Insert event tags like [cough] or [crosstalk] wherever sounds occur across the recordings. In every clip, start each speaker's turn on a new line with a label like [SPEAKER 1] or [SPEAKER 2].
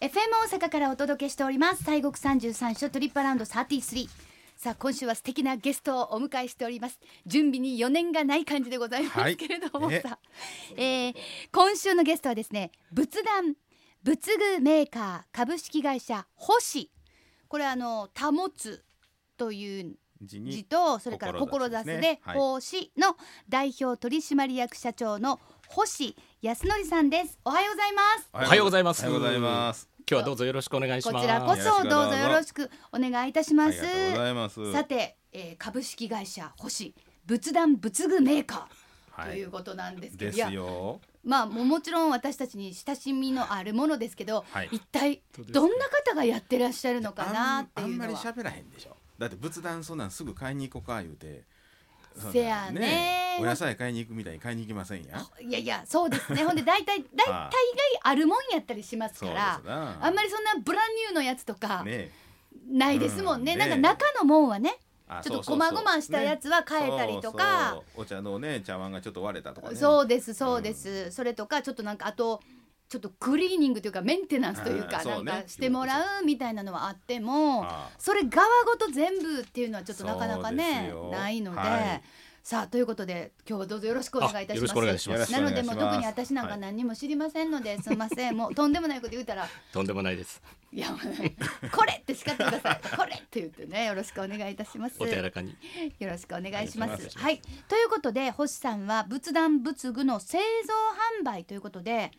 [SPEAKER 1] FM 大阪からお届けしております西国三十三所トリップアラウンド33さあ今週は素敵なゲストをお迎えしております準備に余念がない感じでございますけれども
[SPEAKER 2] はい
[SPEAKER 1] さ、えー今週のゲストはですね仏壇仏具メーカー株式会社星これあの「保つ」という
[SPEAKER 2] 字
[SPEAKER 1] 字
[SPEAKER 2] に
[SPEAKER 1] とそれから
[SPEAKER 2] 志
[SPEAKER 1] 志
[SPEAKER 2] ですね
[SPEAKER 1] で
[SPEAKER 2] はい
[SPEAKER 1] 奉仕の代表取締役社長の星康則さんですおはようございます
[SPEAKER 2] お
[SPEAKER 3] おはようございます。
[SPEAKER 2] おはようございます。
[SPEAKER 3] 今日はどうぞよろしくお願いし
[SPEAKER 1] こ
[SPEAKER 3] ます。
[SPEAKER 1] ちらこそどうぞよろしくお願いいたし
[SPEAKER 2] あ
[SPEAKER 1] ま
[SPEAKER 2] り
[SPEAKER 1] す
[SPEAKER 2] がとうございます。
[SPEAKER 1] さて、えー株式会社星仏壇仏具メーカー
[SPEAKER 2] は
[SPEAKER 1] という
[SPEAKER 2] い。
[SPEAKER 1] ことなんですけ
[SPEAKER 2] で
[SPEAKER 1] ど、
[SPEAKER 2] す
[SPEAKER 1] いや
[SPEAKER 2] よ。
[SPEAKER 1] まあももちろん私たちに親しみのあるものですけど、
[SPEAKER 2] はい
[SPEAKER 1] 一体
[SPEAKER 3] そうですね
[SPEAKER 1] どんな方がやってらっしゃるのかなって
[SPEAKER 2] あんあ
[SPEAKER 1] い
[SPEAKER 2] ん
[SPEAKER 1] う
[SPEAKER 2] ま
[SPEAKER 1] の
[SPEAKER 2] り
[SPEAKER 1] は
[SPEAKER 2] 喋らへんでしょ。だって仏壇そんなんすぐ買いに行こうか言うて。
[SPEAKER 1] せやね
[SPEAKER 2] えお野菜買いに行くみたいに買いに行きませんや。
[SPEAKER 1] いやいやそうですねほんで
[SPEAKER 2] [laughs]
[SPEAKER 1] 大体大体があるもんやったりします
[SPEAKER 2] そ
[SPEAKER 1] か
[SPEAKER 2] うです
[SPEAKER 1] ら
[SPEAKER 2] な。
[SPEAKER 1] あんまりそんなブランニューのやつとか
[SPEAKER 2] ねえ。
[SPEAKER 1] ないですもんね,、
[SPEAKER 2] うん
[SPEAKER 1] なんか
[SPEAKER 2] ね
[SPEAKER 1] 中のもんはね
[SPEAKER 2] あ
[SPEAKER 1] ちょっと
[SPEAKER 2] そうそうそう
[SPEAKER 1] 細々したやつは変えたりとか
[SPEAKER 2] ねそうそうお茶のね茶碗がちょっと割れたとかね。
[SPEAKER 1] そうですそうです、それとかちょっとなんかあとちょっとクリーニングというかメンテナンスというか、
[SPEAKER 2] あー
[SPEAKER 1] な
[SPEAKER 2] そうんね
[SPEAKER 1] かしてもらうみたいなのはあっても
[SPEAKER 2] ああ
[SPEAKER 1] それ側ごと全部っていうのはちょっとなかなか
[SPEAKER 2] そうで
[SPEAKER 1] ね
[SPEAKER 2] すよ
[SPEAKER 1] ないので、
[SPEAKER 2] はい
[SPEAKER 1] さあということで今日はどうぞよろしくお願いいたします
[SPEAKER 3] あよろしくお願いします
[SPEAKER 1] なのでもう
[SPEAKER 2] よろしくお願いします
[SPEAKER 1] 特に私なんか何にも知りませんので、すいませんもうとんでもないこと言うたら
[SPEAKER 3] とんでもないです。
[SPEAKER 1] いやも [laughs] うねこれって叱ってくださいこれって言ってねよろしくお願いいたします
[SPEAKER 3] お手柔らかに。
[SPEAKER 1] よろしくお願いしま
[SPEAKER 2] お願い
[SPEAKER 1] す。
[SPEAKER 2] します
[SPEAKER 1] はい、ということで星さんは仏壇仏具の製造販売ということで、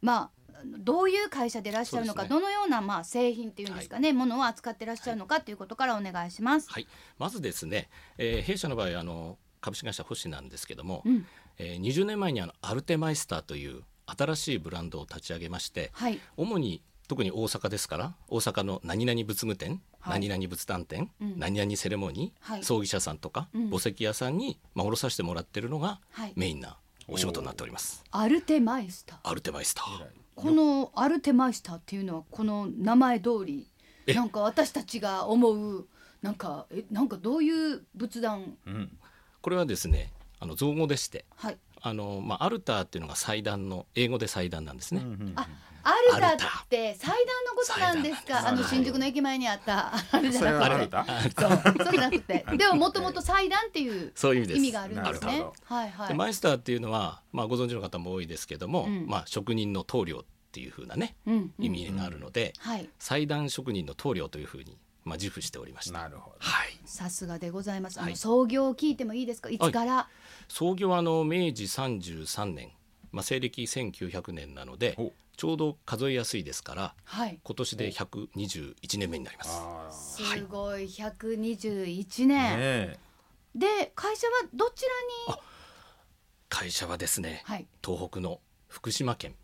[SPEAKER 1] まああのどういう会社でいらっしゃるのか、
[SPEAKER 3] そうで
[SPEAKER 1] ど
[SPEAKER 3] す
[SPEAKER 1] のようなまあ製品っていうんですかね、ものを扱っていらっしゃるのかということからお願いします。
[SPEAKER 3] はい。まずですね、えー弊社の場合あの株式会社星なんですけども、
[SPEAKER 1] うん
[SPEAKER 3] えー20年前にあのアルテマイスターという新しいブランドを立ち上げまして、
[SPEAKER 1] はい、
[SPEAKER 3] 主に特に大阪ですから大阪の何々仏具店、
[SPEAKER 1] はい
[SPEAKER 3] 何々仏壇店、
[SPEAKER 1] うん
[SPEAKER 3] 何々セレモニー、
[SPEAKER 1] はい
[SPEAKER 3] 葬儀社さんとか、
[SPEAKER 1] うん
[SPEAKER 3] 墓石屋さんにまあ卸させてもらってるのが
[SPEAKER 1] はい
[SPEAKER 3] メインなお仕事になっております。
[SPEAKER 1] アルテマイスター。
[SPEAKER 3] アルテマイスター。
[SPEAKER 1] このアルテマイスターっていうのはこの名前通り、
[SPEAKER 3] え
[SPEAKER 1] なんか私たちが思うなんかえなんかどういう仏壇
[SPEAKER 2] うん。
[SPEAKER 3] これはですね、あの造語でして。
[SPEAKER 1] はい、
[SPEAKER 3] あのまあ、アルターっていうのが祭壇の英語で祭壇なんですね、
[SPEAKER 1] あアルタ
[SPEAKER 3] アルタ
[SPEAKER 1] って祭壇のことなんですか
[SPEAKER 3] 祭壇
[SPEAKER 1] あ
[SPEAKER 3] なん
[SPEAKER 1] の
[SPEAKER 3] です
[SPEAKER 1] 新宿の駅前にあったあれじゃ
[SPEAKER 2] それ
[SPEAKER 1] な
[SPEAKER 2] は
[SPEAKER 1] く
[SPEAKER 2] あ
[SPEAKER 1] て
[SPEAKER 2] れだ。
[SPEAKER 1] そうそうじゃなくて、でももともと祭壇っていう
[SPEAKER 3] そういう意味です
[SPEAKER 1] 意味があるんです
[SPEAKER 2] な
[SPEAKER 1] ね
[SPEAKER 2] るほど。
[SPEAKER 1] はいは
[SPEAKER 3] で
[SPEAKER 1] い。
[SPEAKER 3] マイスターっていうのは、まあ、ご存知の方も多いですけども、
[SPEAKER 1] うん
[SPEAKER 3] まあ、職人の棟梁っていうふうなね
[SPEAKER 1] うんうん
[SPEAKER 3] 意味があるので、
[SPEAKER 1] はい。
[SPEAKER 3] 祭壇職人の棟梁というふうに、まあ、自負しておりました、
[SPEAKER 2] なるほど。
[SPEAKER 3] はい、
[SPEAKER 1] さすがでございます。あ
[SPEAKER 3] は
[SPEAKER 1] の
[SPEAKER 3] い
[SPEAKER 1] 創業を聞いてもいいですか。いつから。
[SPEAKER 3] 創業はあの明治33年、まあ、西暦1900年なので
[SPEAKER 2] お
[SPEAKER 3] ちょうど数えやすいですから
[SPEAKER 1] はい。
[SPEAKER 3] 今年で121年目になります
[SPEAKER 2] ああ。
[SPEAKER 1] すごい121
[SPEAKER 2] ね
[SPEAKER 1] 年。
[SPEAKER 2] え。
[SPEAKER 1] で会社はどちらに。
[SPEAKER 3] 会社はですね、
[SPEAKER 1] はい。
[SPEAKER 3] 東北の福島県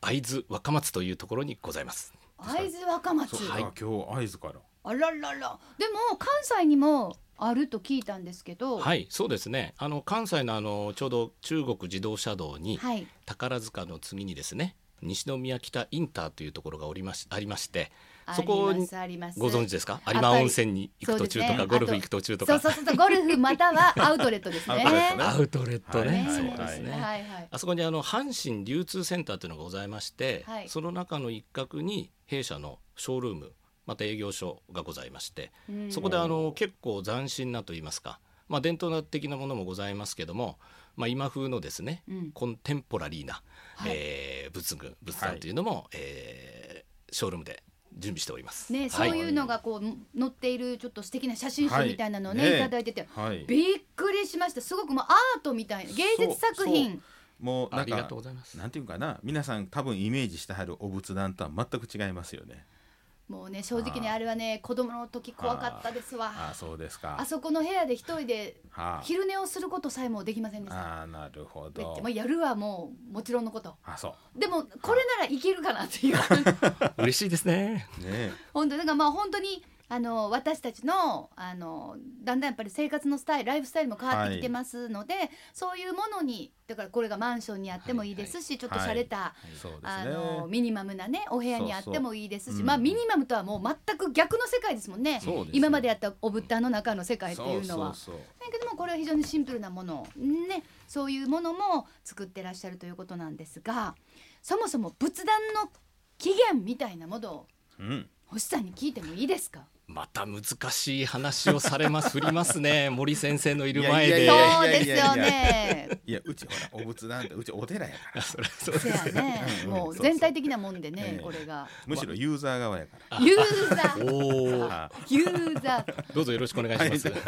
[SPEAKER 3] 会津若松というところにございます
[SPEAKER 1] 会津若松
[SPEAKER 2] そう。か今日会津から。
[SPEAKER 1] あららら。でも関西にもあると聞いたんですけど。い。
[SPEAKER 3] はいそうですねあの関西のあのちょうど中国自動車道に
[SPEAKER 1] はい。
[SPEAKER 3] 宝塚の次にですね西宮北インターというところがおりましありましてそこ
[SPEAKER 1] あり
[SPEAKER 3] に
[SPEAKER 1] ますあります
[SPEAKER 3] ご存知ですか
[SPEAKER 1] やっぱ
[SPEAKER 3] 有
[SPEAKER 1] り
[SPEAKER 3] 馬温泉に行く途中と
[SPEAKER 1] そうで
[SPEAKER 3] か、
[SPEAKER 1] すね
[SPEAKER 3] ゴル
[SPEAKER 1] あ
[SPEAKER 3] フ
[SPEAKER 1] と
[SPEAKER 3] 行く途中と
[SPEAKER 1] そ
[SPEAKER 3] か
[SPEAKER 1] うそうそうそうゴルフまたはアウトレットですね。
[SPEAKER 2] アウトレットね
[SPEAKER 3] アウトレットね、
[SPEAKER 2] はい
[SPEAKER 3] そう
[SPEAKER 1] ね
[SPEAKER 3] ですね、
[SPEAKER 1] はいはい。
[SPEAKER 3] あそこにあの阪神流通センターというのがございまして、
[SPEAKER 1] はい
[SPEAKER 3] その中の一角に弊社のショールームまた営業所がございまして、
[SPEAKER 1] うん
[SPEAKER 3] そこであの結構斬新なといいますか、まあ、伝統的なものもございますけども、まあ、今風のですね、
[SPEAKER 1] うん
[SPEAKER 3] コンテンポラリーな、
[SPEAKER 1] はい
[SPEAKER 3] えー仏具仏壇というのも、えーショールームで準備しております。
[SPEAKER 1] ね、
[SPEAKER 3] は
[SPEAKER 1] そ
[SPEAKER 3] いう
[SPEAKER 1] いうのがこう載っているちょっと素敵な写真集みたいなのをね,、、
[SPEAKER 2] はいいね
[SPEAKER 1] ただいてて、
[SPEAKER 2] はい。
[SPEAKER 1] びっくりしましたすごくもうアートみたいな芸術作品
[SPEAKER 2] もうなんか
[SPEAKER 3] ありがとうございます
[SPEAKER 2] なんていうかな皆さん多分イメージしてはるお仏壇とは全く違いますよね
[SPEAKER 1] もうね正直にあれはね子供の時怖かったですわ
[SPEAKER 2] あ
[SPEAKER 1] あ
[SPEAKER 2] あそうですか
[SPEAKER 1] そこの部屋で一人で
[SPEAKER 2] は
[SPEAKER 1] 昼寝をすることさえもできませんでした
[SPEAKER 2] ああーなるほ
[SPEAKER 1] で
[SPEAKER 2] ど
[SPEAKER 1] まあやるはもうもちろんのこと
[SPEAKER 2] あそ
[SPEAKER 1] でもこれならいけるかなっていう
[SPEAKER 3] [laughs] 嬉しいですね。
[SPEAKER 2] うね
[SPEAKER 1] 本当なんかまあ本当にあの私たちのあのだんだんやっぱり生活のスタイルライフスタイルも変わってきてますので、そういうものにだからこれがマンションにあってもいいですし、ちょっと
[SPEAKER 2] はい
[SPEAKER 1] 洒落た、
[SPEAKER 2] そうですね
[SPEAKER 1] あのミニマムなねお部屋にあってもいいですし
[SPEAKER 2] そうそううん
[SPEAKER 1] まあミニマムとはもう全く逆の世界ですもんね
[SPEAKER 2] そうです
[SPEAKER 1] 今までやったおぶったの中の世界っていうのは。
[SPEAKER 2] そうそうそ
[SPEAKER 1] だ
[SPEAKER 2] う
[SPEAKER 1] けどもこれは非常にシンプルなものねそういうものも作ってらっしゃるということなんですがそもそも仏壇の期限みたいなものを
[SPEAKER 2] うん、
[SPEAKER 1] 星さんに聞いてもいいですか
[SPEAKER 3] また難しい話をされます振りますね森先生のいる前で
[SPEAKER 2] い
[SPEAKER 1] そ
[SPEAKER 2] や
[SPEAKER 1] うで
[SPEAKER 2] い
[SPEAKER 1] す
[SPEAKER 2] やいや
[SPEAKER 1] よ
[SPEAKER 2] いや
[SPEAKER 1] ね
[SPEAKER 2] いやうちほらお仏壇ってうちお寺やから
[SPEAKER 3] そう
[SPEAKER 1] せやね
[SPEAKER 2] うん
[SPEAKER 1] もう
[SPEAKER 2] そうそう
[SPEAKER 1] 全体的なもんでね
[SPEAKER 2] ええ
[SPEAKER 1] これが
[SPEAKER 2] むしろユーザー側やから
[SPEAKER 1] ユーザー
[SPEAKER 3] おお
[SPEAKER 2] あ
[SPEAKER 1] ユーザー
[SPEAKER 3] どうぞよろしくお願いします、
[SPEAKER 2] はい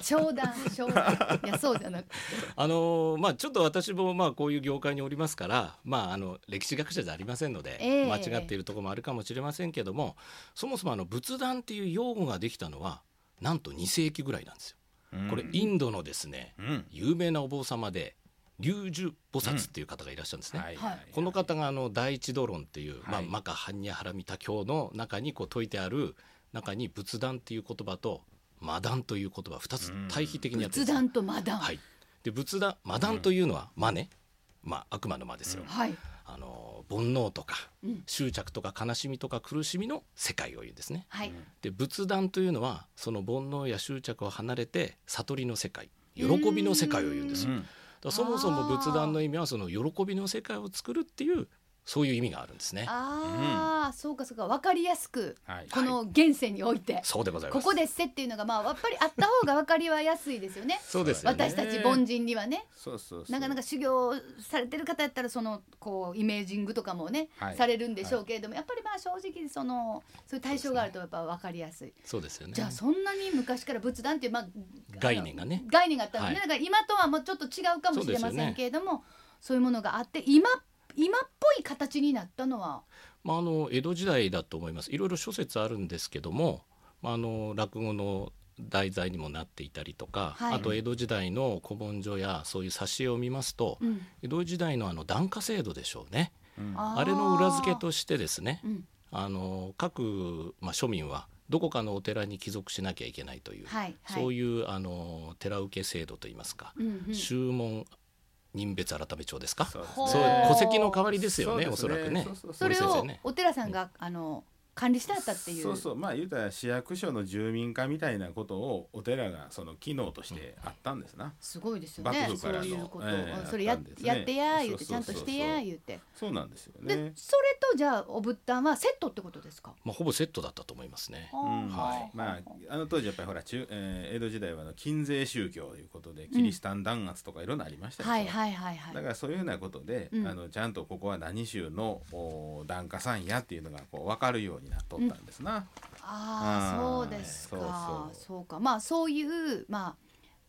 [SPEAKER 1] 商談商談いやそうじゃなくて
[SPEAKER 3] あのーまあちょっと私もまあこういう業界におりますからまああの歴史学者じゃありませんので、
[SPEAKER 1] ええ
[SPEAKER 3] 間違っているところもあるかもしれませんけどもそもそもあの仏壇っていう用語ができたのはなんと2世紀ぐらいなんですよ。
[SPEAKER 2] うん
[SPEAKER 3] これインドのですね
[SPEAKER 2] うん
[SPEAKER 3] 有名なお坊様で龍樹菩薩っていう方がいらっしゃるんですね。
[SPEAKER 2] はい
[SPEAKER 1] はい
[SPEAKER 3] この方があの第一ドロンっていう、まあ、
[SPEAKER 2] はい
[SPEAKER 3] マカ・ハンニャ・ハラミタ教の中にこう説いてある中に仏壇っていう言葉と魔壇という言葉2つ対比的にやってるん
[SPEAKER 1] 仏
[SPEAKER 3] ですよ
[SPEAKER 1] 壇とマダン
[SPEAKER 3] はい、で仏壇魔壇というのは魔ね、まあ、悪魔の魔ですよ、
[SPEAKER 2] うん
[SPEAKER 1] はい
[SPEAKER 3] あの煩悩とか
[SPEAKER 1] うん
[SPEAKER 3] 執着とか悲しみとか苦しみの世界を言うんですね
[SPEAKER 1] はい
[SPEAKER 3] で仏壇というのはその煩悩や執着を離れて悟りの世界喜びの世界を言うんです
[SPEAKER 2] う
[SPEAKER 3] よだか
[SPEAKER 2] ん
[SPEAKER 3] らそもそも仏壇の意味はその喜びの世界を作るっていうそういう意味があるんですね
[SPEAKER 1] ああそうかそうかわかりやすく
[SPEAKER 2] はい
[SPEAKER 1] この現世において
[SPEAKER 3] そうでございま
[SPEAKER 1] こ
[SPEAKER 3] す
[SPEAKER 1] こですっていうのがまあやっぱりあった方がわかりはやすいですよね
[SPEAKER 3] そうですよね
[SPEAKER 1] 私たち凡人にはね
[SPEAKER 2] そうそうそう
[SPEAKER 1] なかなか修行されてる方やったらそのこうイメージングとかもね、
[SPEAKER 2] はい
[SPEAKER 1] されるんでしょうけれども、やっぱりまあ正直そのそういう対象があるとやっぱ分かりやすい。
[SPEAKER 3] そうですよね
[SPEAKER 1] じゃあそんなに昔から仏壇っていうまあ
[SPEAKER 3] 概念がね
[SPEAKER 1] あの概念があったので、ね
[SPEAKER 3] はい
[SPEAKER 1] だから今とはもうちょっと違うかもしれま
[SPEAKER 3] そうですよ
[SPEAKER 1] せん
[SPEAKER 3] ね
[SPEAKER 1] けれどもそう,、いうものがあって今今っぽい形になったのは
[SPEAKER 3] まあ、あの江戸時代だと思いますいろいろ諸説あるんですけども、まあ、あの落語の題材にもなっていたりとか、
[SPEAKER 1] はい
[SPEAKER 3] あと江戸時代の古文書やそういう挿絵を見ますと、
[SPEAKER 1] うん
[SPEAKER 3] 江戸時代のあの檀家制度でしょうね
[SPEAKER 2] うん
[SPEAKER 1] あ
[SPEAKER 3] あ
[SPEAKER 1] ー
[SPEAKER 3] れの裏付けとしてですね
[SPEAKER 1] うん
[SPEAKER 3] あの各、まあ、庶民はどこかのお寺に帰属しなきゃいけないという、
[SPEAKER 1] はいはい、
[SPEAKER 3] そう
[SPEAKER 1] い
[SPEAKER 3] いうあの寺受け制度といいますか、
[SPEAKER 1] うんうん、
[SPEAKER 3] 宗門人別改め帳ですか
[SPEAKER 2] そうです
[SPEAKER 1] ほ
[SPEAKER 2] ね
[SPEAKER 3] そう
[SPEAKER 1] ー
[SPEAKER 3] 戸籍の代わりですよね
[SPEAKER 2] そう
[SPEAKER 3] お
[SPEAKER 2] です
[SPEAKER 3] そらくね。
[SPEAKER 2] そうそう
[SPEAKER 1] それ
[SPEAKER 3] 森先
[SPEAKER 1] を
[SPEAKER 3] 生ね
[SPEAKER 1] お寺さんが、あの管理してあったっていう
[SPEAKER 2] そうそうまあ言うたら市役所の住民化みたいなことをお寺がその機能としてあったんですな、
[SPEAKER 1] すごいですよ
[SPEAKER 2] 幕
[SPEAKER 1] ね。
[SPEAKER 2] 府
[SPEAKER 1] そ
[SPEAKER 2] か
[SPEAKER 1] う
[SPEAKER 2] らの
[SPEAKER 1] いうことを、
[SPEAKER 2] ええ
[SPEAKER 1] うんそれや
[SPEAKER 2] あったんですね
[SPEAKER 1] やってや言うてち
[SPEAKER 2] そ
[SPEAKER 1] ゃ
[SPEAKER 2] うんそ
[SPEAKER 1] と
[SPEAKER 2] うそうそう
[SPEAKER 1] してや言うて。
[SPEAKER 2] そうなんですよ
[SPEAKER 1] で、
[SPEAKER 2] ね
[SPEAKER 1] それとじゃあおぶったんはセットってことですか。
[SPEAKER 3] まあ、ほぼセットだったと思いますね。
[SPEAKER 2] うん
[SPEAKER 1] はあ
[SPEAKER 2] まあ、あの当時やっぱりほら中、えー江戸時代はあの禁税宗教ということでキリシタン弾圧とかいろんなありましたでしょ
[SPEAKER 1] はいはいはいは
[SPEAKER 2] だ
[SPEAKER 1] い。
[SPEAKER 2] からそういうようなことで、
[SPEAKER 1] うん
[SPEAKER 2] あのちゃんとここは何州のお檀家さんやっていうのがこう分かるようになっとったんですな。
[SPEAKER 1] ああ
[SPEAKER 2] あ
[SPEAKER 1] そう
[SPEAKER 2] ー
[SPEAKER 1] ですか。
[SPEAKER 2] そう
[SPEAKER 1] そう
[SPEAKER 2] そう
[SPEAKER 1] か。まあそういうまあ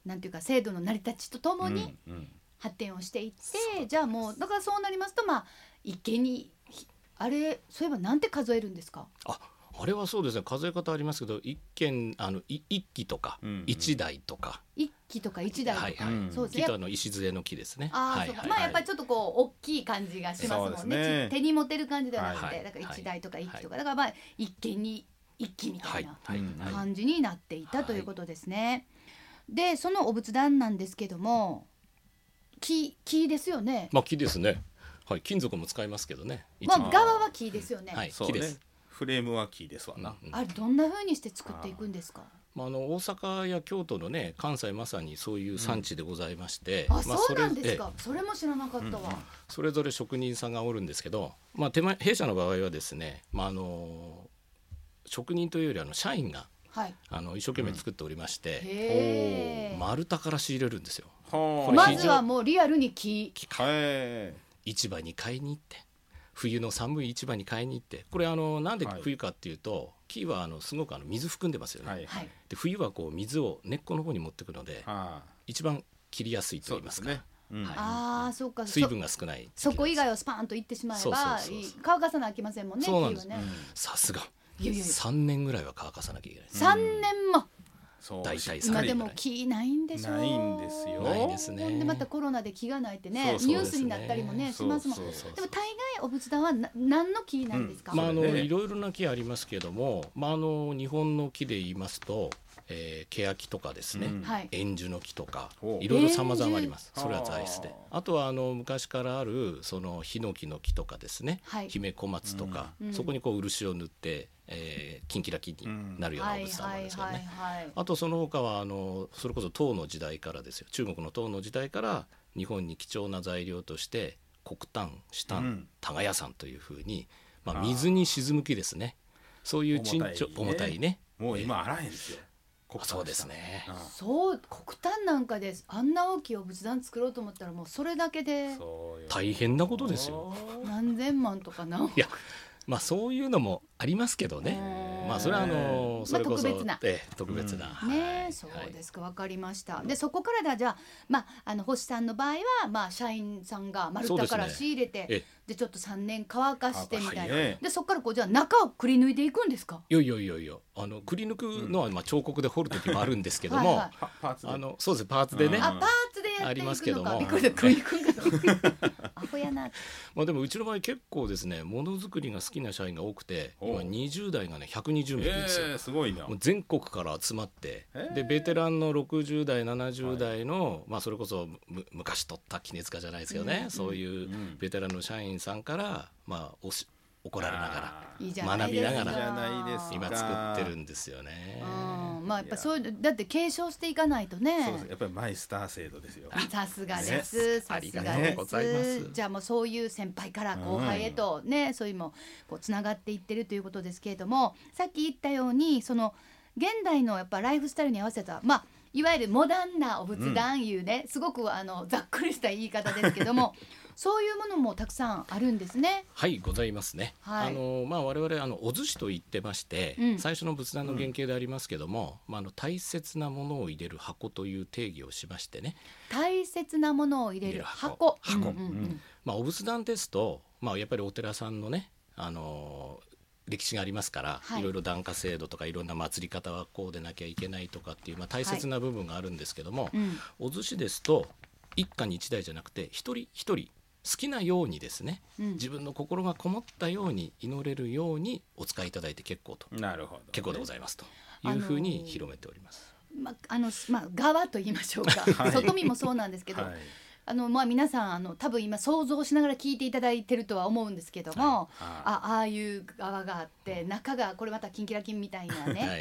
[SPEAKER 1] なんていうか制度の成り立ちとともに
[SPEAKER 2] うんうん
[SPEAKER 1] 発展をしていって、じゃあもうだからそうなりますとまあ一見にひあれそういえばなんて数えるんですか。
[SPEAKER 3] ああれはそうですね数え方ありますけど一軒あのい一基とか
[SPEAKER 2] うんうん
[SPEAKER 3] 一台とか、
[SPEAKER 1] 一機とか一台とか。
[SPEAKER 3] はいはい、
[SPEAKER 2] うん
[SPEAKER 1] そうですね
[SPEAKER 3] 木とあの石杖の木ですね。
[SPEAKER 1] ああ、
[SPEAKER 3] はい
[SPEAKER 1] そうか
[SPEAKER 3] はい
[SPEAKER 1] まあやっぱりちょっとこう大きい感じがしますも
[SPEAKER 2] そ
[SPEAKER 1] ん
[SPEAKER 2] う
[SPEAKER 1] ね
[SPEAKER 2] ですね
[SPEAKER 1] ち手に持てる感じではなくて、
[SPEAKER 3] はい
[SPEAKER 1] だから
[SPEAKER 3] はい
[SPEAKER 1] 一台とか一機とか、だからまあ一軒に一機みた
[SPEAKER 3] はいい
[SPEAKER 1] な
[SPEAKER 3] はい
[SPEAKER 2] うん
[SPEAKER 3] はい
[SPEAKER 1] 感じになっていた
[SPEAKER 3] はい
[SPEAKER 1] ということですね。でそのお仏壇なんですけども木木ですよね。
[SPEAKER 3] まあ木ですね。はい金属も使いますけどね。一
[SPEAKER 1] まあ
[SPEAKER 3] 枚
[SPEAKER 1] 側は木ですよね。
[SPEAKER 3] はい
[SPEAKER 2] そう
[SPEAKER 3] 木で
[SPEAKER 2] ね
[SPEAKER 3] す。
[SPEAKER 2] フレームは木ですわな。
[SPEAKER 3] うんうん
[SPEAKER 1] あれどんな風にして作っていくんですか。
[SPEAKER 3] まああの大阪や京都のね関西まさにそういう産地でございまして、
[SPEAKER 1] あ
[SPEAKER 3] まあ
[SPEAKER 1] そうなんで
[SPEAKER 3] え
[SPEAKER 1] す
[SPEAKER 3] え
[SPEAKER 1] か。それも知らなかったわ。
[SPEAKER 3] それぞれ職人さんがおるんですけど、まあ、手前弊社の場合はですね、まあ、あの職人というよりあの社員が
[SPEAKER 1] はい。
[SPEAKER 3] あの一生懸命作っておりまして、
[SPEAKER 1] へえ。
[SPEAKER 3] 丸太から仕入れるんですよ
[SPEAKER 2] は
[SPEAKER 3] これ
[SPEAKER 1] ま
[SPEAKER 3] 非常
[SPEAKER 1] ずはもうリアルに木。
[SPEAKER 2] はい。
[SPEAKER 3] 市場に買いに行って冬の寒い市場に買いに行ってこれあのなんで
[SPEAKER 2] はい
[SPEAKER 3] 冬かっていうと、木はあのすごくあの水含んでますよね、
[SPEAKER 2] はい。
[SPEAKER 1] はい。
[SPEAKER 3] で冬はこう水を根っこの方に持ってくので
[SPEAKER 2] はあ。
[SPEAKER 3] 一番切りやすいと
[SPEAKER 2] そう
[SPEAKER 3] 言い
[SPEAKER 2] で
[SPEAKER 3] ます
[SPEAKER 2] す
[SPEAKER 3] か
[SPEAKER 2] ね。うん
[SPEAKER 3] はい
[SPEAKER 1] ああそうか。
[SPEAKER 3] 水分が少ない
[SPEAKER 1] そこ以外をスパンと行ってしまえば
[SPEAKER 3] そうそうそう
[SPEAKER 1] いい乾かさなあきませんもんね。
[SPEAKER 3] そうなんです
[SPEAKER 1] 木はね
[SPEAKER 3] さすが
[SPEAKER 1] いやいやいや
[SPEAKER 3] 3年ぐらいは乾かさなきゃいけないです、
[SPEAKER 1] 三年も
[SPEAKER 2] そう
[SPEAKER 3] 大体
[SPEAKER 2] しっか
[SPEAKER 1] 今
[SPEAKER 2] り
[SPEAKER 1] でも木ないんでしょ。
[SPEAKER 2] ないんですよ。
[SPEAKER 3] ないですね
[SPEAKER 1] ほんでまたコロナで木がないってね
[SPEAKER 3] そうそう
[SPEAKER 1] ニュースになったりもねし
[SPEAKER 2] そう
[SPEAKER 1] ますもん。
[SPEAKER 2] そうそう
[SPEAKER 1] でも大概お仏壇はな何の木なんですか。
[SPEAKER 2] うん
[SPEAKER 3] まあ、あの
[SPEAKER 2] それで
[SPEAKER 3] いろいろな木ありますけども、まあ、あの日本の木で言いますと、えー、ケヤキとかですね、
[SPEAKER 2] うん
[SPEAKER 1] はい。
[SPEAKER 3] 円樹の木とか
[SPEAKER 2] ほう
[SPEAKER 3] いろいろ様々あります
[SPEAKER 2] 円
[SPEAKER 3] そ
[SPEAKER 2] 樹
[SPEAKER 3] れは材質で
[SPEAKER 2] あ
[SPEAKER 3] あとはあの昔からあるそのヒノキの木とかですね
[SPEAKER 1] はい。
[SPEAKER 3] 姫小松とか、
[SPEAKER 1] うん
[SPEAKER 3] そこにこう漆を塗って、えー、キンキラキンになるようなお仏壇もあ
[SPEAKER 1] は
[SPEAKER 3] るん
[SPEAKER 1] い
[SPEAKER 3] ですけど
[SPEAKER 1] はい
[SPEAKER 3] ね。
[SPEAKER 1] はい。
[SPEAKER 3] あとその他はあのそれこそ唐の時代からですよ中国の唐の時代から日本に貴重な材料として黒炭紫
[SPEAKER 2] う
[SPEAKER 3] 炭
[SPEAKER 2] ん
[SPEAKER 3] 耕や山というふうに、ままあ、
[SPEAKER 2] あー
[SPEAKER 3] 水に沈む木ですねそういう沈重重
[SPEAKER 2] 重
[SPEAKER 3] た
[SPEAKER 2] たいね
[SPEAKER 3] いね
[SPEAKER 2] もう今あらへんですよ国
[SPEAKER 3] あ
[SPEAKER 2] 産
[SPEAKER 3] そうですね
[SPEAKER 2] うん
[SPEAKER 1] そう黒炭なんかですあんな大きいお仏壇作ろうと思ったらもうそれだけで
[SPEAKER 2] そうよ
[SPEAKER 3] 大変なことですよ
[SPEAKER 1] 何千万とかな
[SPEAKER 3] [laughs] いやまあそういうのもありますけどね
[SPEAKER 1] うん
[SPEAKER 3] まあそれはあのそれこそ、
[SPEAKER 1] まあ特別な
[SPEAKER 3] ええ特別な、
[SPEAKER 1] ねえそうですかわかりましたでそこからだじゃあ,、まあ、あの星さんの場合は、まあ、社員さんが丸
[SPEAKER 3] そうで
[SPEAKER 1] 太
[SPEAKER 3] すね
[SPEAKER 1] から仕入れて
[SPEAKER 3] え
[SPEAKER 1] で,、
[SPEAKER 3] え
[SPEAKER 1] ちょっと3年乾かしてみたいな、
[SPEAKER 2] 乾かしてね
[SPEAKER 1] でそこからこうじゃあ中をくり抜いていくんですか
[SPEAKER 3] いやいやいやいやあのくり抜くのはまあ彫刻で彫る時もあるんですけども
[SPEAKER 1] はいはい
[SPEAKER 2] パパーツで
[SPEAKER 3] あのそうですパーツでね
[SPEAKER 2] うん
[SPEAKER 1] あ
[SPEAKER 3] ま
[SPEAKER 1] パーツでやってい
[SPEAKER 3] あります
[SPEAKER 1] く
[SPEAKER 3] け
[SPEAKER 1] の
[SPEAKER 3] ど
[SPEAKER 1] か
[SPEAKER 3] も
[SPEAKER 1] びっくりした食いくんかと思った [laughs] アホやな
[SPEAKER 3] あでもうちの場合結構ですねものづくりが好きな社員が多くて
[SPEAKER 2] お
[SPEAKER 3] 今
[SPEAKER 2] う
[SPEAKER 3] 20代がね120名いるんですよ、
[SPEAKER 2] えー、すごいな
[SPEAKER 3] もう全国から集まって、
[SPEAKER 2] えー
[SPEAKER 3] でベテランの60代70代の、まあ、それこそむ昔取った杵塚じゃないですけどね、
[SPEAKER 1] うん
[SPEAKER 3] そういうんうベテランの社員さんから、まあ、おし怒られながら
[SPEAKER 2] あー
[SPEAKER 1] いいじゃないですか
[SPEAKER 3] 学びながら
[SPEAKER 2] いいじゃないですか
[SPEAKER 3] 今作ってるんですよね。
[SPEAKER 1] うんまあやっぱそういうだって継承していかないとね
[SPEAKER 2] そうですやっぱりマイスター制度ですよ
[SPEAKER 1] さすがで
[SPEAKER 2] ね
[SPEAKER 1] す。さ
[SPEAKER 3] あ
[SPEAKER 1] す
[SPEAKER 3] り
[SPEAKER 1] が
[SPEAKER 3] が
[SPEAKER 1] です。
[SPEAKER 3] とうございます
[SPEAKER 1] じゃあもうそういう先輩から後輩へとね、そういうもこうつながっていってるということですけれども、さっき言ったようにその現代のやっぱライフスタイルに合わせたまあいわゆるモダンなお仏壇いうね、すごくあのざっくりした言い方ですけど
[SPEAKER 3] [laughs]
[SPEAKER 1] も、そういうものもたくさんあるんですね。
[SPEAKER 3] はいございますね。
[SPEAKER 1] はい
[SPEAKER 3] あのまあ我々あのお寿司と言ってまして、
[SPEAKER 1] うん
[SPEAKER 3] 最初の仏壇の原型でありますけども、まああの大切なものを入れる箱という定義をしましてね、
[SPEAKER 1] 大切なものを入れる箱。
[SPEAKER 3] 入れる
[SPEAKER 1] う
[SPEAKER 3] 箱
[SPEAKER 1] んうんうん
[SPEAKER 2] うん
[SPEAKER 3] まあ、お仏壇ですと、まあ、やっぱりお寺さんのね、あのー歴史がありますから、
[SPEAKER 1] はい
[SPEAKER 3] い、ろいろ檀家制度とかいろんな祭り方はこうでなきゃいけないとかっていう、まあ、大切な部分があるんですけども、
[SPEAKER 1] うん
[SPEAKER 3] お寿司ですと一家に一台じゃなくて一人一人好きなようにですね
[SPEAKER 1] うん
[SPEAKER 3] 自分の心がこもったように祈れるようにお使いいただいて結構と
[SPEAKER 2] なるほど
[SPEAKER 3] 結構でございますというふうに広めております。
[SPEAKER 1] まあのまあ側と言いましょう
[SPEAKER 3] [laughs]
[SPEAKER 1] か、
[SPEAKER 2] はい
[SPEAKER 1] 外見もそうなんですけど、
[SPEAKER 2] はい
[SPEAKER 1] あのまあ皆さんあの多分今想像しながら聞いていただいてるとは思うんですけども、
[SPEAKER 2] あ
[SPEAKER 1] あああいう側があって中がこれまたキンキラキンみたいな
[SPEAKER 3] はい
[SPEAKER 1] ね、
[SPEAKER 3] はいは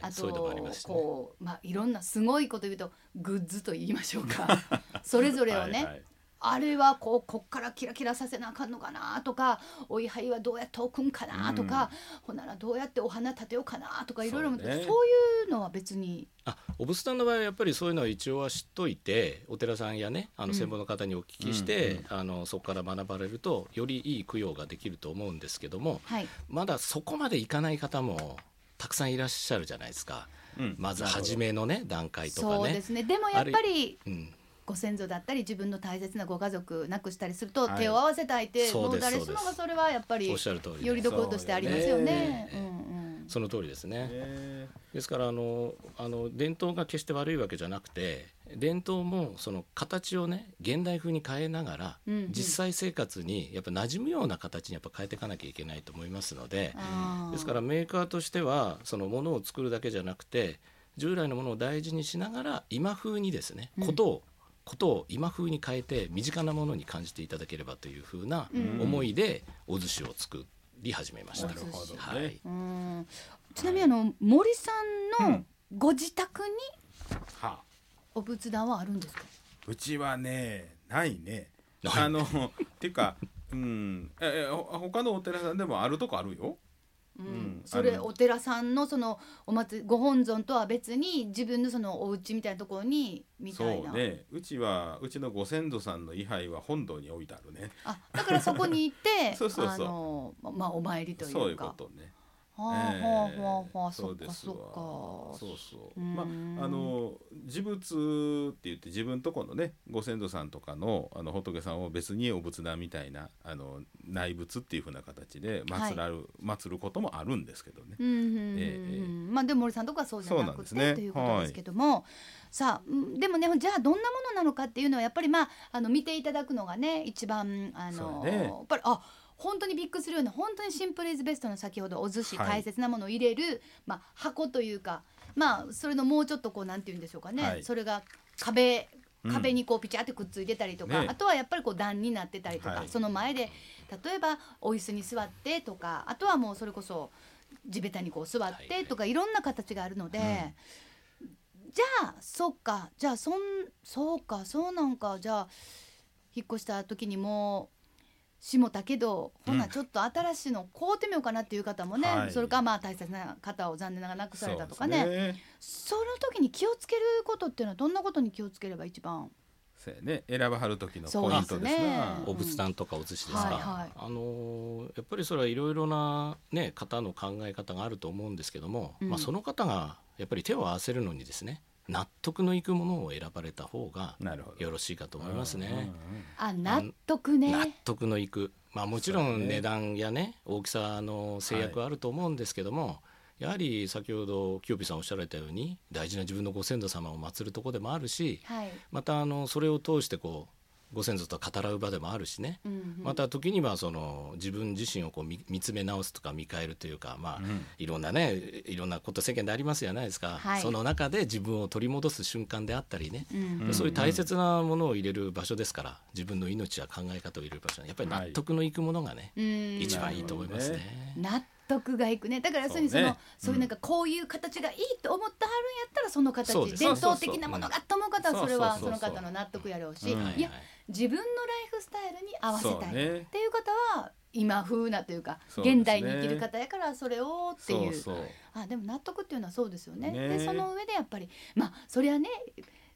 [SPEAKER 1] あ
[SPEAKER 3] い、そういうのもありま
[SPEAKER 1] と
[SPEAKER 3] すね。
[SPEAKER 1] こうまあいろんなすごいこと言うとグッズと言いましょうか
[SPEAKER 3] [laughs]
[SPEAKER 1] それぞれをね
[SPEAKER 2] はいはい
[SPEAKER 1] あれはこうこっからキラキラさせなあかんのかなとかお位牌はどうやって置くんかなとか、ほんならどうやってお花立てようかなとかいろいろ思って
[SPEAKER 2] そうね
[SPEAKER 1] そういうのは別に
[SPEAKER 3] あお仏壇の場合はやっぱりそういうのは一応は知っといてお寺さんやねあ
[SPEAKER 1] うん
[SPEAKER 3] の専門の方にお聞きして、あのそこから学ばれるとよりいい供養ができると思うんですけども
[SPEAKER 1] はい
[SPEAKER 3] まだそこまでいかない方もたくさんいらっしゃるじゃないですか
[SPEAKER 2] うん
[SPEAKER 3] まず
[SPEAKER 2] なるほど
[SPEAKER 3] 初めのね段階とか
[SPEAKER 1] そうで
[SPEAKER 3] ね。
[SPEAKER 1] すねでもやっぱり
[SPEAKER 3] うん、
[SPEAKER 1] ご先祖だったり自分の大切なご家族亡くしたりすると
[SPEAKER 2] はい
[SPEAKER 1] 手を合わせたいって、
[SPEAKER 3] そ
[SPEAKER 1] も
[SPEAKER 3] う
[SPEAKER 1] う
[SPEAKER 3] です
[SPEAKER 1] 誰しもがそれはやっぱ
[SPEAKER 3] お
[SPEAKER 1] り
[SPEAKER 3] っしゃる通り
[SPEAKER 1] より
[SPEAKER 3] で
[SPEAKER 1] どころとしてありますよね。
[SPEAKER 3] そうよね
[SPEAKER 1] うんうん
[SPEAKER 3] その通りですね。
[SPEAKER 2] え
[SPEAKER 3] ですからあのあの伝統が決して悪いわけじゃなくて伝統もその形をね現代風に変えながら、
[SPEAKER 1] うんうん
[SPEAKER 3] 実際生活にやっぱ馴染むような形にやっぱ変えていかなきゃいけないと思いますので、
[SPEAKER 1] あー
[SPEAKER 3] ですからメーカーとしてはそのものを作るだけじゃなくて従来のものを大事にしながら今風にですね、
[SPEAKER 1] うん
[SPEAKER 3] ことをことを今風に変えて身近なものに感じていただければというふうな
[SPEAKER 1] うん
[SPEAKER 3] 思いでお寿司を作り始めました。
[SPEAKER 2] なるほどね
[SPEAKER 3] はい
[SPEAKER 1] うんちなみにあの森さん
[SPEAKER 2] う
[SPEAKER 1] の
[SPEAKER 2] ん
[SPEAKER 1] ご自宅に
[SPEAKER 2] ーはあ
[SPEAKER 1] お仏壇はあるんですか、
[SPEAKER 2] うちはねないね
[SPEAKER 3] ない
[SPEAKER 2] あのていうかうんええほ他のお寺さんでもあるとこあるよ
[SPEAKER 1] うん
[SPEAKER 2] ん
[SPEAKER 1] それ
[SPEAKER 2] あの
[SPEAKER 1] お寺さんのそのお祭りご本尊とは別に自分のそのお家みたいなところにみたい
[SPEAKER 2] そ
[SPEAKER 1] な、
[SPEAKER 2] うねうちはうちのご先祖さんの位牌は本堂に置いてあるね
[SPEAKER 1] あだからそこに行って
[SPEAKER 2] そうそうそう
[SPEAKER 1] あのままあお参りというか
[SPEAKER 2] そういうことね
[SPEAKER 1] はあ、
[SPEAKER 2] え
[SPEAKER 1] は
[SPEAKER 2] え
[SPEAKER 1] あはあはあ、そ
[SPEAKER 2] そ
[SPEAKER 1] っ
[SPEAKER 2] うで
[SPEAKER 1] か
[SPEAKER 2] す
[SPEAKER 1] そ
[SPEAKER 2] わ
[SPEAKER 1] っか。
[SPEAKER 2] そうそう
[SPEAKER 1] うん
[SPEAKER 2] まああの自仏って言って自分とこのねご先祖さんとかのあの仏さんを別にお仏壇みたいなあの内仏っていうふうな形で祀らる、祀ることもあるんですけどね。
[SPEAKER 1] うんうんうんうん
[SPEAKER 2] えええ
[SPEAKER 1] まあでも森さんとかはそうじゃな
[SPEAKER 2] そうなん
[SPEAKER 1] く
[SPEAKER 2] です
[SPEAKER 1] て、
[SPEAKER 2] ね
[SPEAKER 1] ということですけども、さあうんでもねじゃあどんなものなのかっていうのはやっぱりまああの見ていただくのがね一番あの、
[SPEAKER 2] そうやね
[SPEAKER 1] やっぱりあ本当にびっくりするような本当にシンプルイズベストの先ほどお寿司
[SPEAKER 2] はい
[SPEAKER 1] 大切なものを入れる、まあ箱というかまあそれのもうちょっとこうなんて言うんでしょうかね、
[SPEAKER 2] はい
[SPEAKER 1] それが壁
[SPEAKER 2] うん
[SPEAKER 1] 壁にこうピチャってくっついてたりとか、
[SPEAKER 2] ね
[SPEAKER 1] あとはやっぱりこう段になってたりとか、
[SPEAKER 2] はい
[SPEAKER 1] その前で例えばお椅子に座ってとかあとはもうそれこそ地べたにこう座っ
[SPEAKER 3] は
[SPEAKER 1] て
[SPEAKER 3] い
[SPEAKER 1] とか、いろんな形があるので、じゃあそっかじゃあそんそうかそうなんかじゃあ引っ越した時にもうしもたけどほなちょっと新しいの買うてみようかなっていう方もね、
[SPEAKER 2] はい
[SPEAKER 1] それかまあ大切な方を残念ながら亡くされたとか
[SPEAKER 2] そう
[SPEAKER 1] ね
[SPEAKER 2] ですね
[SPEAKER 1] その時に気をつけることっていうのはどんなことに気をつければ一番
[SPEAKER 2] そうやね選ばはる時の
[SPEAKER 1] そう
[SPEAKER 2] ポイ
[SPEAKER 1] で
[SPEAKER 2] ン
[SPEAKER 1] す
[SPEAKER 2] ト
[SPEAKER 1] ね
[SPEAKER 2] ですな
[SPEAKER 1] うん
[SPEAKER 3] お仏壇とかお寿司ですか、
[SPEAKER 1] はいはい
[SPEAKER 3] あのーやっぱりそれはいろいろな、ね、方の考え方があると思うんですけども、
[SPEAKER 1] うん
[SPEAKER 3] まあ、その方がやっぱり手を合わせるのにですね納得のいくものを選ばれた方が
[SPEAKER 2] なるほど
[SPEAKER 3] よろしいかと思いますね。
[SPEAKER 2] うんうん
[SPEAKER 1] あ納得ね
[SPEAKER 3] 納得のいく、まあ、もちろ
[SPEAKER 2] そうだ
[SPEAKER 3] ん
[SPEAKER 2] ね
[SPEAKER 3] 値段やね大きさの制約はあると思うんですけども、やはり先ほど清美さんおっしゃられたように大事な自分のご先祖様を祀るとこでもあるし
[SPEAKER 1] はい、
[SPEAKER 3] またあのそれを通してこうご先祖と語らう場でもあるしね、
[SPEAKER 1] うんうん
[SPEAKER 3] また時にはその自分自身をこう見見つめ直すとか見返るというか、まあ
[SPEAKER 2] うん
[SPEAKER 3] いろんなねいろんなこと世間でありますじゃないですか、
[SPEAKER 1] はい
[SPEAKER 3] その中で自分を取り戻す瞬間であったりね、
[SPEAKER 1] うん
[SPEAKER 2] ん
[SPEAKER 3] そういう大切なものを入れる場所ですから自分の命や考え方を入れる場所にやっぱり納得のいくものがね、
[SPEAKER 1] うん
[SPEAKER 3] 一番いいと思いますね。
[SPEAKER 1] 納得がいくねだからそういう意味そ
[SPEAKER 2] そう
[SPEAKER 1] の
[SPEAKER 2] ね
[SPEAKER 1] そう,、いうなんかこういう形がいいと思ってはるんやったらその形
[SPEAKER 3] そうです
[SPEAKER 1] 伝統的なものがと思う方は
[SPEAKER 2] そ
[SPEAKER 1] そうれはそ
[SPEAKER 2] そうそ
[SPEAKER 1] の
[SPEAKER 2] うそう
[SPEAKER 1] 方の納得やろうし、
[SPEAKER 2] うん
[SPEAKER 3] はいい
[SPEAKER 1] や自分のライフスタイルに合わせたい、
[SPEAKER 2] そう
[SPEAKER 1] っ
[SPEAKER 2] ね
[SPEAKER 1] ていう方は今風なというか
[SPEAKER 2] そうですね
[SPEAKER 1] 現代に生きる方やからそれをっていう
[SPEAKER 2] そうそう
[SPEAKER 1] あでも納得っていうのはそうですよね。
[SPEAKER 2] ね
[SPEAKER 1] でその上でやっぱりまあそれはね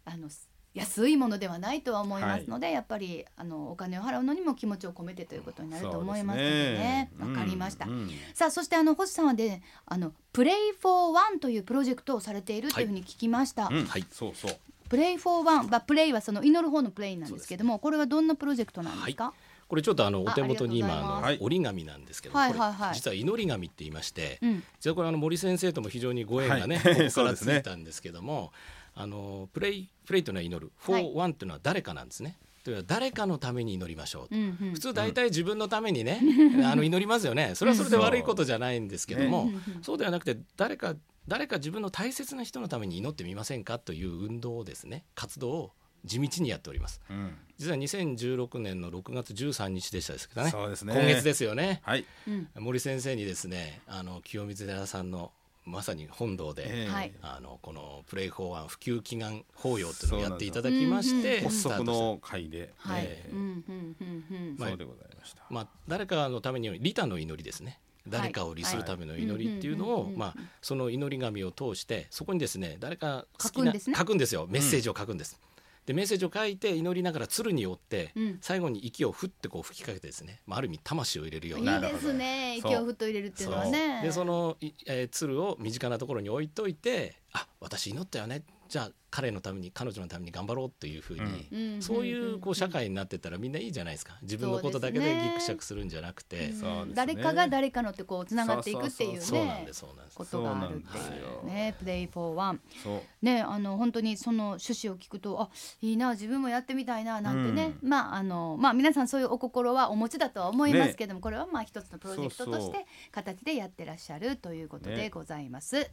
[SPEAKER 1] あの安いものではないとは思いますので、やっぱりあのお金を払うのにも気持ちを込めてということになると思いますのでねわ、かりました。さあそしてあの星さんはねあのプレイフォーワンというプロジェクトをされているというふうに聞きました。
[SPEAKER 2] うん、
[SPEAKER 3] は
[SPEAKER 2] はいい、そうそう。
[SPEAKER 1] プレイフォーワン、まあプレイはその祈る方のプレイなんですけども、これはどんなプロジェクトなんですか？
[SPEAKER 3] これちょっとあのお手元に
[SPEAKER 1] あありがとうご
[SPEAKER 3] 今あ
[SPEAKER 2] ざいます
[SPEAKER 3] の折り紙なんですけど、
[SPEAKER 1] はい
[SPEAKER 3] これ
[SPEAKER 1] はいはい
[SPEAKER 3] 実は祈り紙って言いまして、
[SPEAKER 1] うん、
[SPEAKER 3] 実はこれあの森先生とも非常にご縁がね、
[SPEAKER 2] はい
[SPEAKER 3] ここか
[SPEAKER 2] そう
[SPEAKER 3] ら
[SPEAKER 2] で
[SPEAKER 3] つ
[SPEAKER 2] すね
[SPEAKER 3] いたんですけども、あのプレイプレイというのは祈る、フォ
[SPEAKER 1] はい
[SPEAKER 3] ーワンというのは誰かなんですね。というのは誰かのために祈りましょう。
[SPEAKER 1] うん、うん、
[SPEAKER 3] 普通大体自分のためにね、あの祈ります
[SPEAKER 1] [laughs]
[SPEAKER 3] よねそれはそれで悪いことじゃないんですけども、
[SPEAKER 1] うんそうね
[SPEAKER 3] そうではなくて誰か誰か自分の大切な人のために祈ってみませんかという運動をですね活動を地道にやっております
[SPEAKER 2] うん、
[SPEAKER 3] 実は2016年の6月13日でしたですけどね
[SPEAKER 2] そうですね。
[SPEAKER 3] 今月ですよね
[SPEAKER 2] はい、
[SPEAKER 1] うん、
[SPEAKER 3] 森先生にですねあの清水寺さんのまさに本堂で、
[SPEAKER 2] ええ
[SPEAKER 1] はい
[SPEAKER 3] あのこのプレイ法案普及祈願法要というのをやっていただきまし
[SPEAKER 1] そうなんで
[SPEAKER 3] て
[SPEAKER 2] 発
[SPEAKER 3] スタ
[SPEAKER 2] 足
[SPEAKER 3] ートした
[SPEAKER 2] の会で、
[SPEAKER 1] はい、
[SPEAKER 2] え
[SPEAKER 1] うん、うん、うん、うん
[SPEAKER 2] え、そうでございました。
[SPEAKER 3] まあ、誰かのために利他の祈りですね誰かを利するための祈りっていうの
[SPEAKER 1] は
[SPEAKER 3] を
[SPEAKER 1] い、
[SPEAKER 3] まあ、その祈り紙を通してそこにですね誰か好
[SPEAKER 1] 書
[SPEAKER 3] き
[SPEAKER 1] くん
[SPEAKER 3] な
[SPEAKER 1] ですね
[SPEAKER 3] 書くんですよメッセージを書くんです。でメッセージを書いて祈りながら鶴に折って、
[SPEAKER 1] うん
[SPEAKER 3] 最後に息をふってこう吹きかけてですね、まあ、ある意味魂を入れるよう
[SPEAKER 1] い
[SPEAKER 3] ない
[SPEAKER 1] ですね。息をふっと入れるっていうのはね。
[SPEAKER 3] でその、いえー鶴を身近なところに置いといてあ私祈ったよねじゃあ彼のために彼女のために頑張ろうというふうに、
[SPEAKER 2] うん
[SPEAKER 1] うん
[SPEAKER 3] そういうこう社
[SPEAKER 1] ん
[SPEAKER 3] 会になってったらみんないいじゃないですか自分のことだけ
[SPEAKER 1] そう
[SPEAKER 3] で
[SPEAKER 1] ですね
[SPEAKER 3] ギクシャクするんじゃなくて
[SPEAKER 1] うん
[SPEAKER 2] そうですね
[SPEAKER 1] 誰かが誰かのってこうつながっていくっていうね
[SPEAKER 2] ん
[SPEAKER 3] そうなんですそうなんです
[SPEAKER 1] ことがあるって
[SPEAKER 2] そう
[SPEAKER 1] い
[SPEAKER 2] なん
[SPEAKER 1] う
[SPEAKER 2] ですよ
[SPEAKER 1] ねプレイフォーワン
[SPEAKER 2] そう、
[SPEAKER 1] ねあの本当にその趣旨を聞くとあいいな自分もやってみたいななんてね、まああのまあ皆さんそういうお心はお持ちだとは思いますけども、これはまあ一つのプロジェクトと
[SPEAKER 2] そう
[SPEAKER 1] し
[SPEAKER 2] そ
[SPEAKER 1] て形でやってらっしゃるということで
[SPEAKER 2] ね
[SPEAKER 1] ございます。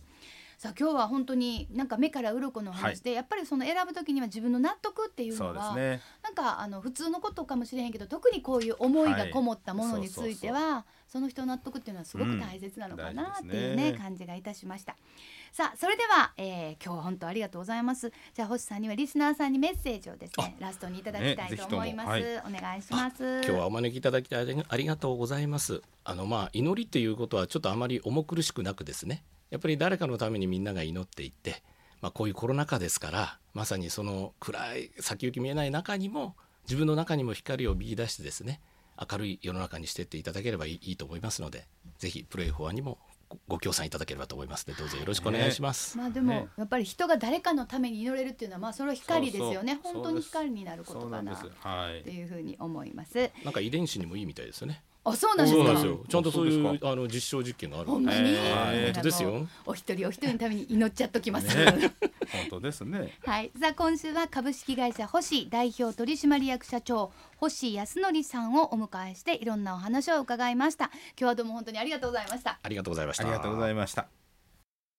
[SPEAKER 1] さあ今日は本当になんか目から鱗の話で、やっぱりその選ぶときには自分の納得っていうの
[SPEAKER 2] そうで
[SPEAKER 1] は
[SPEAKER 2] すね。
[SPEAKER 1] なんかあの普通のことかもしれへんけど特にこういう思いがこもったものについては、その人の納得っていうのはすごく大切なのかなっていうね,、
[SPEAKER 2] うん大事ですね
[SPEAKER 1] 感じがいたしましたさあそれでは、えー今日は本当ありがとうございますじゃあ星さんにはリスナーさんにメッセージをですねラストにいただきたい
[SPEAKER 2] ね
[SPEAKER 1] と思います、
[SPEAKER 2] ぜ
[SPEAKER 1] お願いします
[SPEAKER 3] 今日はお招きいただきありありがとうございます。あのまあ祈りっていうことはちょっとあまり重苦しくなくですね。やっぱり誰かのためにみんなが祈っていって、まあこういうコロナ禍ですから、まさにその暗い先行き見えない中にも自分の中にも光を見出してですね、明るい世の中にしてっていただければいいいいと思いますので、ぜひプレイフォアにもごご協賛いただければと思いますので、どうぞよろしくお願いします。
[SPEAKER 1] まあでも、
[SPEAKER 2] ね
[SPEAKER 1] やっぱり人が誰かのために祈れるっていうのはまあそれは光ですよね
[SPEAKER 2] そうそ
[SPEAKER 1] 本
[SPEAKER 2] う
[SPEAKER 1] 当に光になること
[SPEAKER 2] そう
[SPEAKER 1] か
[SPEAKER 2] なん
[SPEAKER 1] な
[SPEAKER 2] で
[SPEAKER 1] っ
[SPEAKER 2] す。は
[SPEAKER 1] て
[SPEAKER 2] い。
[SPEAKER 1] いうふうに思います
[SPEAKER 3] なんか遺伝子にもいいみたいですよね。
[SPEAKER 1] あそうなんです
[SPEAKER 2] そ
[SPEAKER 1] か
[SPEAKER 2] うなんですよ
[SPEAKER 3] ちゃんとそ
[SPEAKER 2] そ
[SPEAKER 3] ういうう
[SPEAKER 2] です
[SPEAKER 3] あの実証実験がある。
[SPEAKER 1] ほんまに、
[SPEAKER 2] えー
[SPEAKER 1] なんかもう
[SPEAKER 3] 本当ですよ。
[SPEAKER 1] お一人お一人のために祈っちゃっときます、
[SPEAKER 2] ね本当ですね。
[SPEAKER 1] はい、さあ今週は株式会社星代表取締役社長星康則さんをお迎えしていろんなお話を伺いました今日はどうも本当にありがとうございました
[SPEAKER 3] ありがとうございまし
[SPEAKER 2] あ
[SPEAKER 3] た。
[SPEAKER 2] りがとうございました。